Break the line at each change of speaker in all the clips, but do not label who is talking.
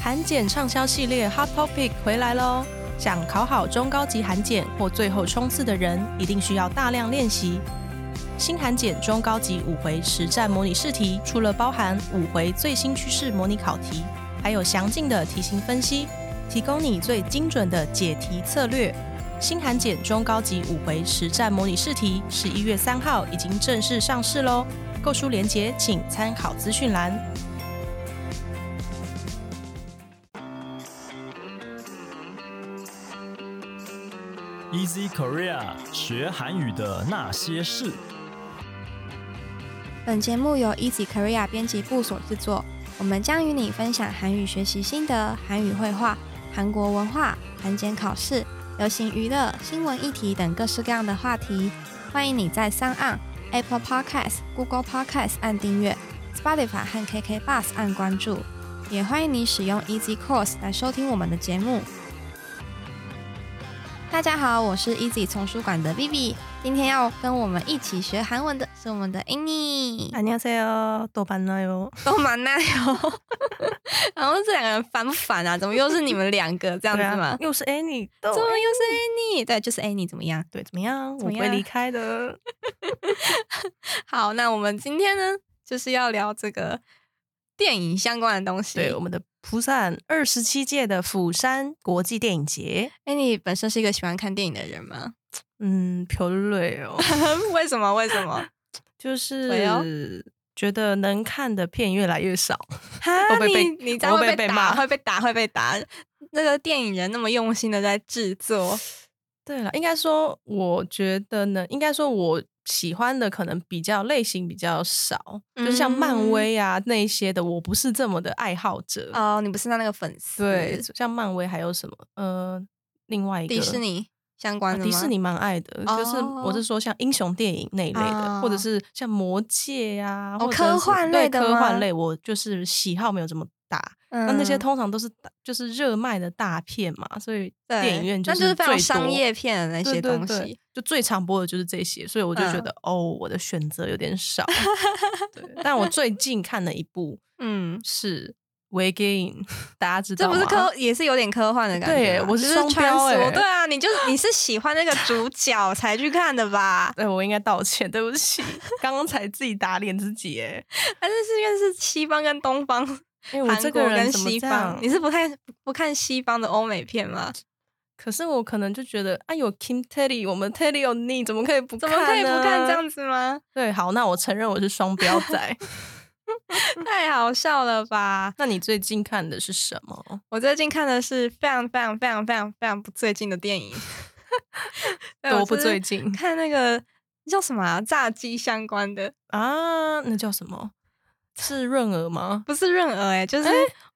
韩检畅销系列 Hot Topic 回来喽！想考好中高级韩检或最后冲刺的人，一定需要大量练习。新韩检中高级五回实战模拟试题，除了包含五回最新趋势模拟考题，还有详尽的题型分析，提供你最精准的解题策略。新韩检中高级五回实战模拟试题，十一月三号已经正式上市喽！购书链接请参考资讯栏。
Easy Korea 学韩语的那些事。
本节目由 Easy Korea 编辑部所制作，我们将与你分享韩语学习心得、韩语绘画、韩国文化、韩检考试、流行娱乐、新闻议题等各式各样的话题。欢迎你在三岸 Apple Podcast、Google Podcast 按订阅，Spotify 和 KK Bus 按关注，也欢迎你使用 Easy Course 来收听我们的节目。大家好，我是 Easy 丛书馆的 Vivi，今天要跟我们一起学韩文的是我们的 Annie。
안녕하세요，豆瓣呢哟。
都蛮耐哦。 然后这两个人烦不烦啊？怎么又是你们两个这样子
对啊
吗？
又是 Annie，
怎
豆
么又是 Annie？对，就是 Annie 怎么样？
对，怎么样？
怎么
我不会
样
离开的。
好，那我们今天呢，就是要聊这个电影相关的东西。
对，我们的釜山二十七届的釜山国际电影节，
，Annie 本身是一个喜欢看电影的 人吗？
嗯，漂亮 哦，
为什么？为什么？对哦
就是觉得能看的片越来越少。
哈
会不会被
你你这样
我会不
会
会被
打，
骂
会被打，会被打。那个电影人那么用心的在制作，
对了，应该说，我觉得呢，应该说我喜欢的可能比较类型比较少，就像漫威啊那一些的，我不是这么的爱好者。
嗯哦，你不是他那个粉丝？
对，像漫威还有什么？呃，另外一个
迪士尼相关
啊
的吗？
迪士尼蛮爱的，就是我是说像英雄电影那一类的，或者
哦
是像魔戒呀、啊，或
哦
者
科
是
幻
对
类的
科幻
吗
类，我就是喜好没有这么大。
嗯，
那、那些通常都是大就是热卖的大片嘛，所以
对
电影院
那
是
是非常
最
商
多
业片的那
对
些
对
东西。
对就最常播的就是这些，所以我就觉
嗯
得、哦，我的选择有点 少。对，但我最近看了一部
嗯，
是《w e g a i n 大家知道
这
吗？
不是科，也是有点科幻的感觉吧。
对我是
就是
双
穿
标欸
梭。对啊，你就你是喜欢那个主角才去看的吧？
对，我应该道歉，对不起，刚刚才自己打脸自己哎，
还是是因为是西方跟东方，
因为我
韩
这
国
个人
跟
怎么
西
这
方
样？？
你是不太不看西方的欧美片吗？
可是我可能就觉得，哎呦，Kim Terry，我们 Terry 有你，怎么可以不
怎
看啊
么
呢？
可以不看这样子 吗？
对，好，那我承认我是双标仔。
太好笑了吧！
那你最近看的是什么？
我最近看的是非常非常非常非常非常不最近的 电影，对
多
我
不
就是
最近
看那个叫什么、啊、炸鸡相关的，
啊？那叫什么？是润儿吗？
不是润儿哎、就是、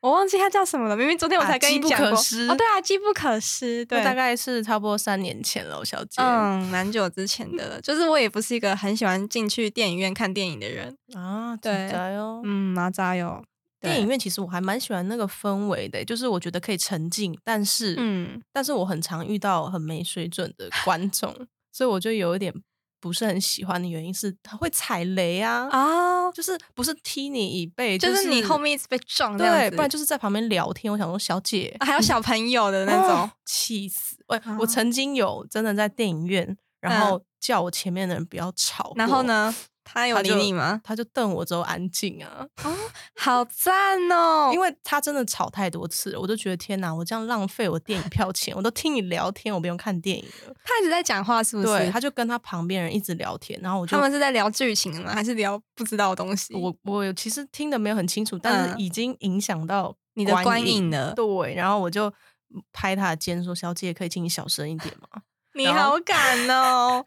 我忘记它叫什么了。明明昨天我
啊
才跟
机
你
不
讲
可
过，
失
哦，对啊，机不可失，对，
那大概是差不多三年前了，小姐。
嗯，蛮久之前的了。就是我也不是一个很喜欢进去电影院看电影的人，
啊，
对
真的哟。
嗯，哪吒哟，对
电影，院其实我还蛮喜欢那个氛围的，欸就是我觉得可以沉浸，但是，
嗯，
但是我很常遇到很没水准的观众，所以我就有一点不是很喜欢的原因是他会踩雷啊，
哦，
就是不是踢你椅背，
就是是你后面一直被撞这样
对，
子，
不然就是在旁边聊天。我想说，小姐
啊还有小朋友的那种
哦，气死！喂、我
啊
曾经有真的在电影院，然
嗯
后叫我前面的人不要吵，
然后？呢，他有
他
理
就
你吗？
他就瞪我之后安静啊，
好赞哦，
因
为
为他真的吵太多次了，我就觉得天哪，我这样浪费我电影票钱，我都听你聊天，我不用看电影了。
他一直在讲话，是不是？
对，他就跟他旁边人一直聊天，然后我就
他们是在聊剧情吗？还是聊不知道的东西？
我我有其实听的没有很清楚，但
嗯
是已经影响到
你的观影了
对，然后我就拍他的肩说：“小姐，可以请你小声一点吗
你
然后
好敢哦！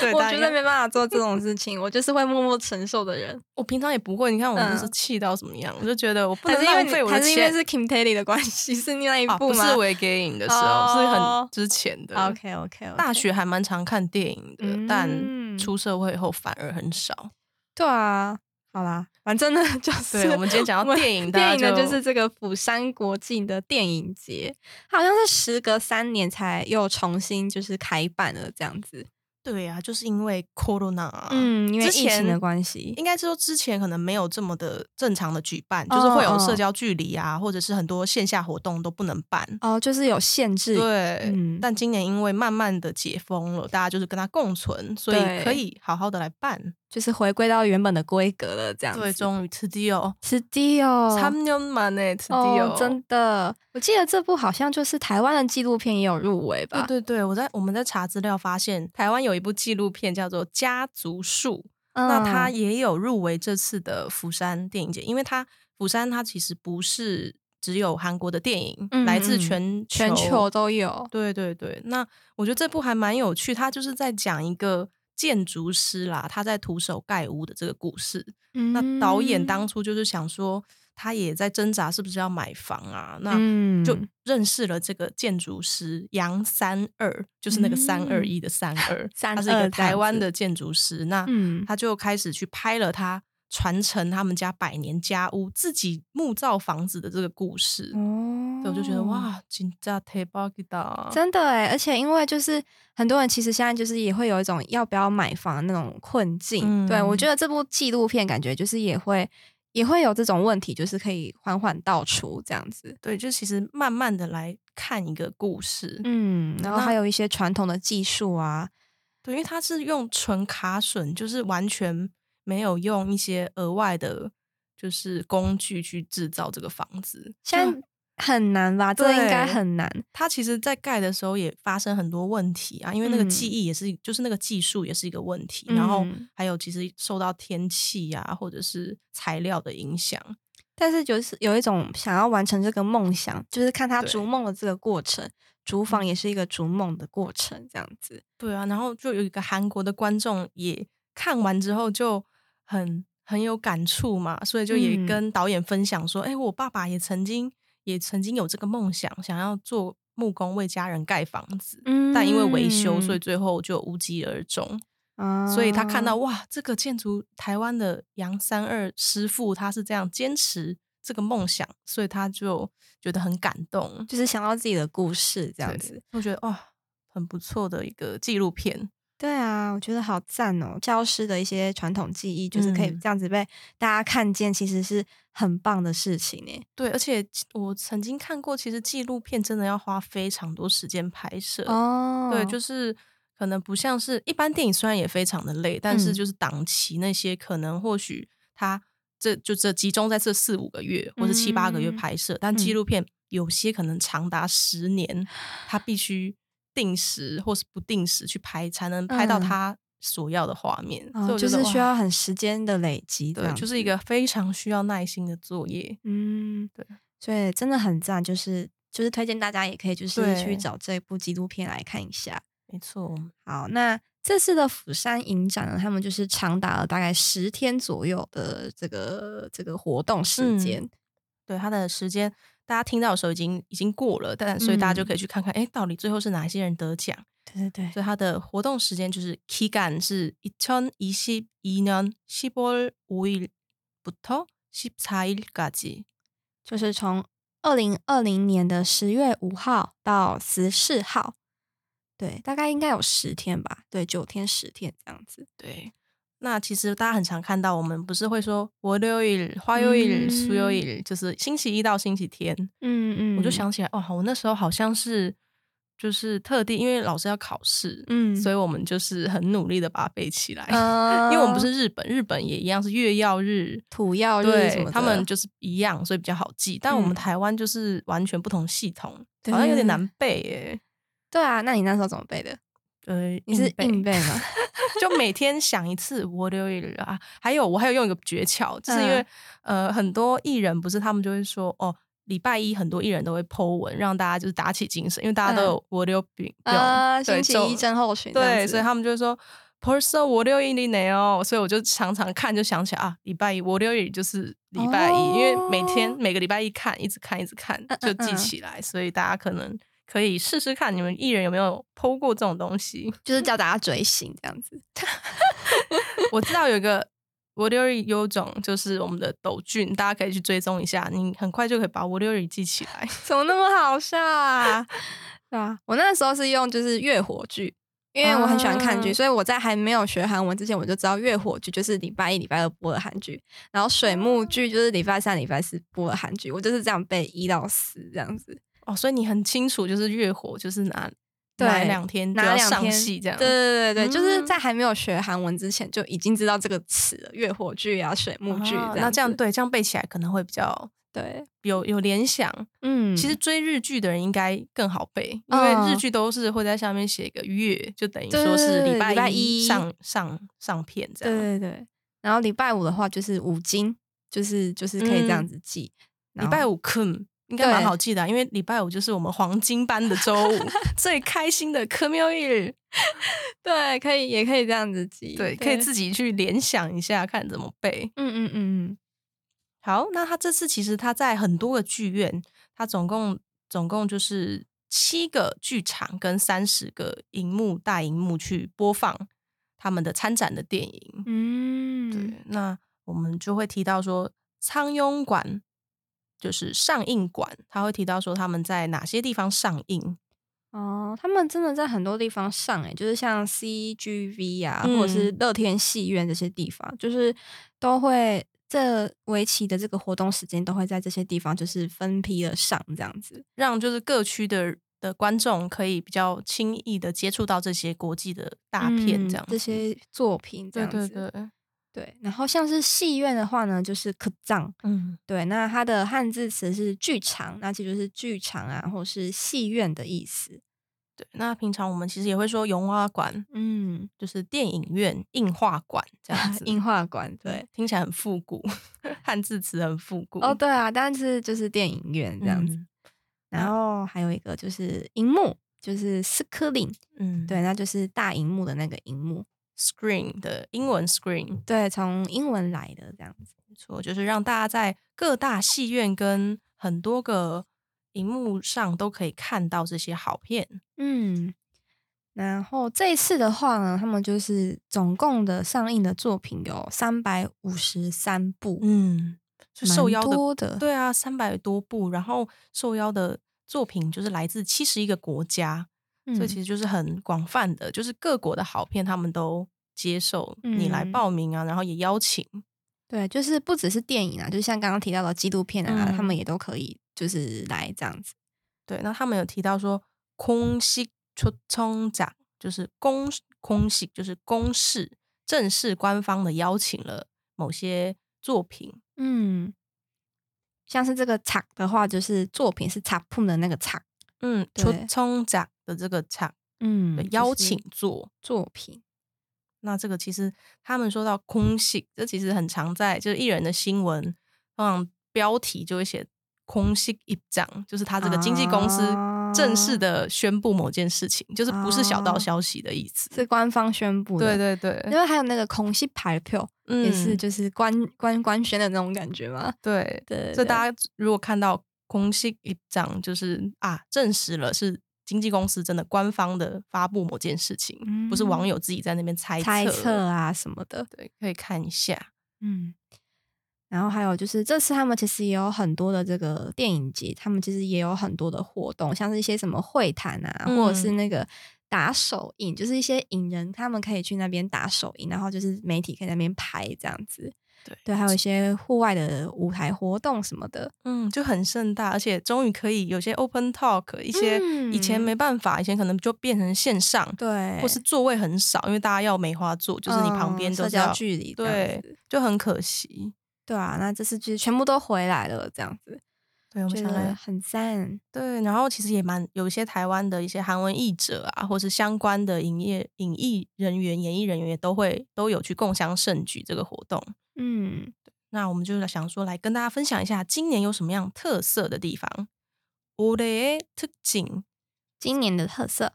对
我
大
觉
家
得没办法做这种事情，我就是会默默承受的人。？”
我平常也不会，你看我就
嗯
是气到什么样，我就觉得我不
还
能
是因为
浪
你
费我的
还是因为
钱。
是 Kim Taylor 的关系， 是那一
啊，
部
不是
吗
为给影的时候，是很
哦
之前的。
？OK OK，
大学还蛮常看电影的，但
嗯
出社会后反而很少。
对啊，好啦，反正呢就是
对，我们今天讲到
我
电影，大家
电影呢就是这个釜山国际的电影节，它好像是时隔三年才又重新就是开办了这样子。
对啊，就是因为 corona，、啊
嗯，因为疫
之前
情的关系，
应该是说之前可能没有这么的正常的举办，
哦
就是会有社交距离啊，或者是很多线下活动都不能办。
哦，就是有限制，
对，
嗯
但今年因为慢慢的解封了，大家就是跟它共存，所以
对
可以好好的来办。
就是回归到原本的规格了，这样子。
对，终于 t d o
是的哦，
参年满呢 t d
哦
o，，
真的，我记得这部好像就是台湾的纪录片也有入围吧？
哦对对对，我在我们在查资料发现，台湾有一部纪录片叫做《家族树》，
嗯
那它也有入围这次的釜山电影节，因为它釜山它其实不是只有韩国的电影，
嗯
来自
嗯
全球
全球都有，
对对对，那我觉得这部还蛮有趣，它就是在讲一个建筑师啦，他在徒手盖屋的这个故事。那导演
嗯
当初就是想说，他也在挣扎是不是要买房啊？那
嗯，
就认识了这个建筑师杨三二，就是那个三二一的三二
嗯三二
他是一
这
个
样
台湾
子
的建筑师。那
嗯
他就开始去拍了他传承他们家百年家屋、自己木造房子的这个故事。
哦
对，我就觉得。哇，金价太棒了，
真的哎，而且因为就是很多人其实现在就是也会有一种要不要买房的那种困境，
嗯
对我觉得这部纪录片感觉就是也会也会有这种问题，就是可以缓缓道出这样子，
对，就其实慢慢的来看一个故事，
嗯，然后
那
还有一些传统的技术啊，
对，因为它是用纯卡榫，就是完全没有用一些额外的，就是工具去制造这个房子。
现在很难吧？这
对
应该很难，
它其实，在盖的时候也发生很多问题啊，因为那个
嗯
技艺也是，就是那个技术也是一个问题，然后
嗯
还有其实受到天气啊，或者是材料的影响。
但是就是有一种想要完成这个梦想，就是看他
对嗯
逐梦的这个过程，逐房也是一个逐梦的过程，这样子。
对啊，然后就有一个韩国的观众也看完之后就很很有感触嘛，所以就也
嗯
跟导演分享说：“哎、我爸爸也曾经也曾经有这个梦想，想要做木工为家人盖房子，
嗯
但因为维修，所以最后就无疾而终。
啊
所以他看到哇，这个建筑台湾的杨三二师傅他是这样坚持这个梦想，所以他就觉得很感动，
就是想到自己的故事这
这
样子。，
我觉得哇，很不错的一个纪录片。”
对啊，我觉得好赞哦！教师的一些传统技艺，就是可以
嗯
这样子被大家看见，其实是很棒的事情欸呢。
对，而且其我曾经看过，其实纪录片真的要花非常多时间拍摄。
哦
对，就是可能不像是一般电影，虽然也非常的累，但是
嗯
就是档期那些，可能或许它这就这集中在这四五个月或者七八个月
嗯
拍摄，但纪录片有些可能长达十年，它必须定时或是不定时去拍，才能拍到
嗯
它所要的画面。所以
哦
我
就
觉得
是需
哇
要很时间的累积这
对，
样子，
就是一个非常需要耐心的作业。
嗯，
对，
所以真的很赞，就是就是推荐大家也可以就是
对
去找这部纪录片来看一下。
没错，
好，那这次的釜山影展呢，他们就是长达了大概十天左右的这个这个活动
嗯
时间。
对它的时间，大家听到的时候已经已经过了，但所以大家
嗯
就可以去看看，哎、到底最后是哪些人得奖？
对对对，
所以它的活动时间就是 기간是2 0 2 2년1 0월5일부터1 4일까지。
就是从二零二零年的十月五号到十四号，对，大概应该有十天吧，对，九天十天这样子。
对，那其实大家很常看到，我们不是会说월요일화요일
嗯
수요일，就是星期一到星期天。
嗯嗯
我就，想起来，哦，我那时候好像是就是特地，因为老师要考试，
嗯
所以我们就是很努力的把它背起来。
呃
因为我们不是日本，日本也一样是月曜日，
土曜日什
对
么的，
他们就是一样，所以比较好记。但我们
嗯
台湾就是完全不同系统，
对
好像有点难背耶。
对啊，那你那时候怎么背的？
呃，
你是硬
背，
背吗？
就每天想一次我六一日啊。还有，我还有用一个诀窍，就是因为、
嗯
呃，很多艺人不是他们就会说哦，礼拜一很多艺人都会 Po 文，让大家就是打起精神，因为大家都
嗯
有我六饼
啊，
对
星期
就
一症候群这样子，
对，所以他们就说 “person 我六一零年哦”，所以我就常常看，就想起来啊，礼拜一我六一就是礼拜一，因为每天
哦
每个礼拜一看，一直看，一直看
嗯，
就
嗯
记
嗯
起来。所以大家可能可以试试看，你们艺人有没有剖过这种东西？
就是叫大家追星这样子。
我知道有一个。我六日有种就是我们的抖俊，大家可以去追踪一下，你很快就可以把我六日记起来。
怎么那么好笑啊？对啊，我那时候是用就是月火剧，因为我很喜欢看剧，
啊
所以我在还没有学韩文之前，我就知道月火剧就是礼拜一、礼拜二播的韩剧，然后水
哦
木剧就是礼拜三、礼拜四播的韩剧，我就是这样背一到四这样子。
哦，所以你很清楚，就是月火就是哪
对
哪两天就
哪
要
两
上
天
戏这样。
对对对对，
嗯
就是在还没有学韩文之前就已经知道这个词了，月火剧啊、水木剧、
哦那这样
子
对，这样背起来可能会比较
对，
有有联想。
嗯，
其实追日剧的人应该更好背，因
嗯
为日剧都是会在下面写一个月，就等于
对
说是
对对
礼
礼拜一
一上上上片这样。
对对对。然后礼拜五的话就是五金，就是就是可以这样
嗯
子记。
礼拜
五
五 kun 应该蛮
对
好记的啊、因为礼拜五就是我们黄金班的周 五，最开心的科缪一日。
对，可以也可以这样子记，
对，可以自己去联想一下，看怎么背。
嗯嗯嗯
好，那他这次其实他在很多个剧院，他总共总共就是七个剧场跟三十个荧幕大荧幕去播放他们的参展的电影。
嗯，
对，那我们就会提到说苍庸馆就是上映馆，他会提到说他们在哪些地方上映。
哦，他们真的在很多地方上诶、就是像 CGV 啊，或者是
嗯
乐天戏院这些地方，就是都会这为期的这个活动时间都会在这些地方就是分批的上这样子。
让就是各区的的观众可以比较轻易的接触到这些国际的大片，
嗯
这样、
这些作品这
对对
样子。
对，
对然后像是戏院的话呢，就是可藏，
嗯
对，那它的汉字词是剧场，那其实就是剧场啊，或是戏院的意思。
对。那平常我们其实也会说荣华馆，
嗯，
就是电影院、映画馆这 样子，
映画呃馆对
对。，听起来很复古， 汉字词很复古
哦，对啊，但是就是电影院这样子。
嗯
然后还有一个就是荧幕，就是斯科林，
嗯，
对，那就是大荧幕的那个荧幕，
，screen 的英文 screen，
对，从英文来的这样子。
没错，就是让大家在各大戏院跟很多个荧幕上都可以看到这些好片。
嗯，然后这一次的话呢，他们就是总共的上映的作品有三百五十三部，
嗯，就受
蛮
邀的
多的
对啊，三百多部，然后受邀的作品就是来自七十一个国家，
嗯
所以其实就是很广泛的，就是各国的好片他们都接受你来
嗯
报名啊，然后也邀请。
对，就是不只是电影啊，就像刚刚提到的纪录片啊，
嗯
他们也都可以就是来这样子。
对，那他们有提到说空袭出冲奖，就是公空袭就是公示正式官方的邀请了某些作品。
嗯，像是这个“塔”的话，就是作品是“塔碰”的那个“塔
嗯，出
对
冲奖的这个场”，
嗯
的，邀
就是
请作，
作品。
那这个其实他们说到空袭，这其实很常在就是艺人的新闻，通常标题就会写空袭一张，就是他这个经纪公司
啊
正式的宣布某件事情，就是不是小道消息的意思。
是官方宣布的。
对对
因
对，
为还有那个空隙排票，
嗯
也是就是官官官宣的那种感觉嘛。
对。
对，
所以
家
大家如果看到空袭一张，就是啊，证实了是经纪公司真的官方的发布某件事情，不是
嗯
网友自己在那边猜
猜测
测。
啊什么的。
对，可以看一下。
嗯，然后还有就是这次他们其实也有很多的这个电影节，他们其实也有很多的活动，像是一些什么会谈啊，
嗯
或者是那个。打手印就是一些影人，他们可以去那边打手印，然后就是媒体可以在那边拍这样子。
对
对，还有一些户外的舞台活动什么的。
嗯，就很盛大，而且终于可以有些 open talk，一些以前
嗯
没办法，以前可能就变成线上，
对，
或是座位很少，因为大家要梅花座，就是你旁
嗯
边都
社
是
交
要
距离这样
对
子，
就很可惜。
对啊，那这次就是全部都回来了，这样子，
对，我们
觉
想
得
来
很赞。
对，然后其实也蛮有一些台湾的一些韩文译者啊，或是相关的影业影艺人员、演艺人员也都会都有去共襄盛举这个活动。
嗯，
那我们就是想说来跟大家分享一下今年有什么样特色的地方。올해의특징
今年的特色，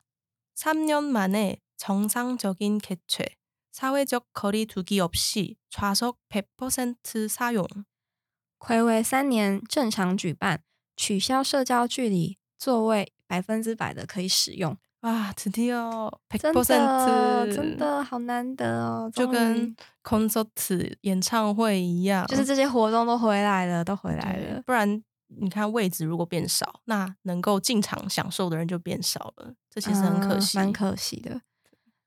3년 만에 정상적인 개최, 사회적 거리 두기 없이 좌석 100% 사용.
暌违三年正常举办，取消社交距离，座位百分之百的可以使用，
와, 드디어 100%
真的真的好难得哦，
就
终
跟
于
콘서트 演唱会一样，
就是这些活动都回来了，都回来
对
了。
不然你看位置如果变少，那能够进场享受的人就变少了，这其实很可
嗯
惜。
蛮可惜的。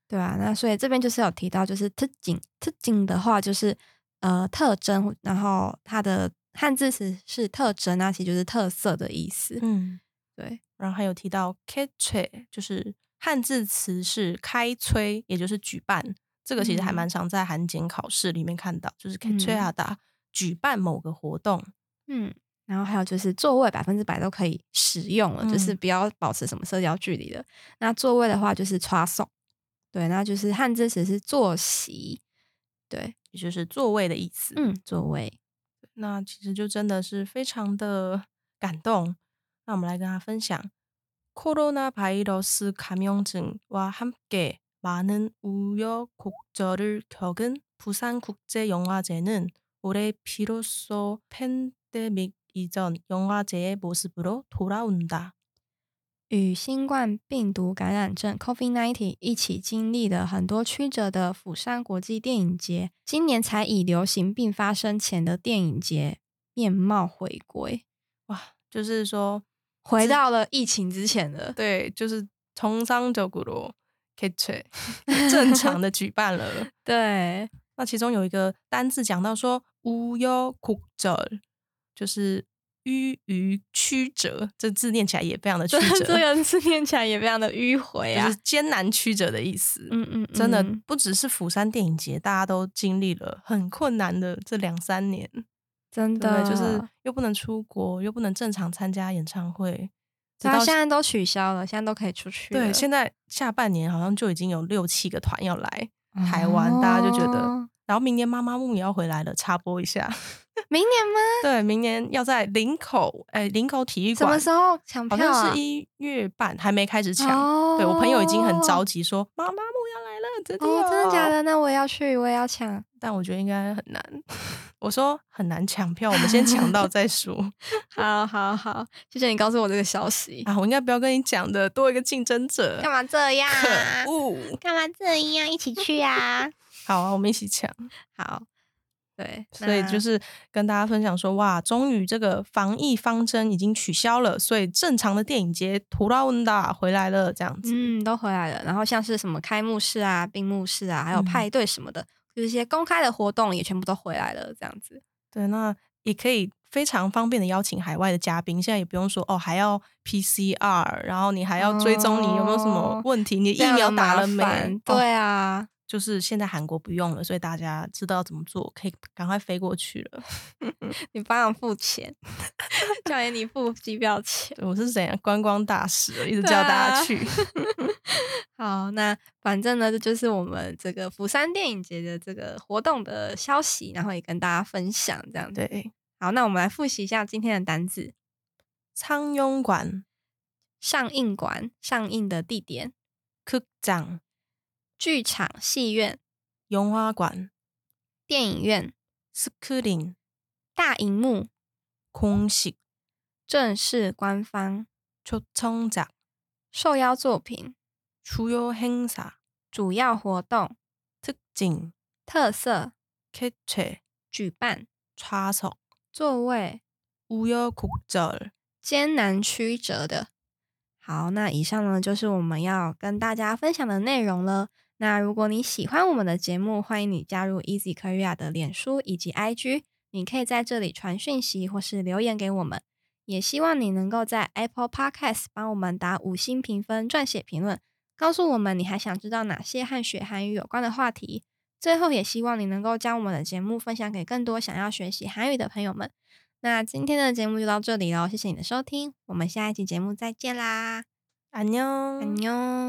对啊，那所以这边就是有提到，就是特景特景的话，就是呃特征，然后它的汉字词是特征啊，其实就是特色的意思。
嗯，
对，
然后还有提到 k e t c h 就是汉字词是开催，也就是举办。这个其实还
嗯
蛮常在韩检考试里面看到，就是 k e
嗯
t c h a d a 举办某个活动。
嗯，然后还有就是座位百分之百都可以使用了，就是
嗯
不要保持什么社交距离了。那座位的话就是 t r 对，那就是汉字词是坐席，对，
也就是座位的意思。
嗯，座位，
那其实就真的是非常的感动。那我们来跟他分享코로나바이러스감염증과함께많은우여곡절을겪은부산국제영화제는올해비로소팬데믹이전영화제의모습으로돌아온다。
与新冠病毒感染症 （COVID-19） 一起经历了很多曲折的釜山国际电影节，今年才以流行病发生前的电影节面貌回归，
哇，就是说，
回到了疫情之前的。
对，就是从商九古罗 k e t 正常的举办了。
对，
那其中有一个单字讲到说“无忧苦折”，就是“迂迂曲折”，这字念起来也非常的曲
这
折，
这个字念起来也非常的迂回啊
就。是艰难曲折的意思。
嗯嗯，
真的
嗯
不只是釜山电影节，大家都经历了很困难的这两三年，
真
对不
的
对，就是又不能出国，又不能正常参加演唱会，直
然
到
后啊现在都取消了，现在都可以出去了。
对现在下半年好像就已经有六七个团要来，台湾大家就觉得
哦
然后明年妈妈木也要回来了，插播一下。
明年吗？
对，明年要在林口，哎、林口体育
什么
馆，
时候抢
好
票啊？
像是一月半，还没开始抢。
哦
对我朋友已经很着急说，妈妈木要来了，真的、
哦，真的假？的？那我也要去，我也 要抢。
但我觉得应该很难。 我说很难抢票，我们先抢到再 说
好好好，谢谢你告诉我这个消息。
啊！我应该不要跟你讲的，多一个竞争者，
干嘛这样
可
啊？
恶！
干嘛这样？一起去 啊！
好啊，我们一起抢。
好，对，
所以
那
就是跟大家分享说，哇，终于这个防疫方针已经取消了，所以正常的电影节图拉文达回来了，这样子。
嗯，都回来了。然后像是什么开幕式啊、闭幕式啊，还有
嗯
派对什么的，就是一些公开的活动也全部都回来了，这样子。
对，那也可以非常方便的邀请海外的嘉宾，现在也不用说哦，还要 PCR，然后你还要追踪你有没有什么问题，你
这
疫
样
苗
很
打
哦麻
了没？
烦
哦
对啊，
就是现在韩国不用了，所以大家知道怎么做，可以赶快飞过去了。
你帮我付钱， 教练你付机票钱。
对我是怎样观光大使了，一直
对
叫大
啊
家去。
好，那反正呢，这就是我们这个釜山电影节的这个活动的消息，然后也跟大家分享这样子。
对，
好，那我们来复习一下今天的单字：
苍庸馆、
上映馆、上映的地点、
극장、
剧场、戏院、
영화관、
电影院、
스크린、
大荧幕、
공식、
正式官方、
초청작、
受邀作品、
주요 행사,
主要活动、
특징,
特色、
개최,
举办、
좌석,
座位。
우여곡절
艰难曲折的。好，那以上呢就是我们要跟大家分享的内容了。那如果你喜欢我们的节目，欢迎你加入 Easy Korea 的脸书以及 IG，你可以在这里传讯息或是留言给我们。也希望你能够在 Apple Podcast 帮我们打五星评分、撰写评论，告诉我们你还想知道哪些和学韩语有关的话题。最后，也希望你能够将我们的节目分享给更多想要学习韩语的朋友们。那今天的节目就到这里喽，谢谢你的收听，我们下一期节目再见啦，
안녕.
安妞。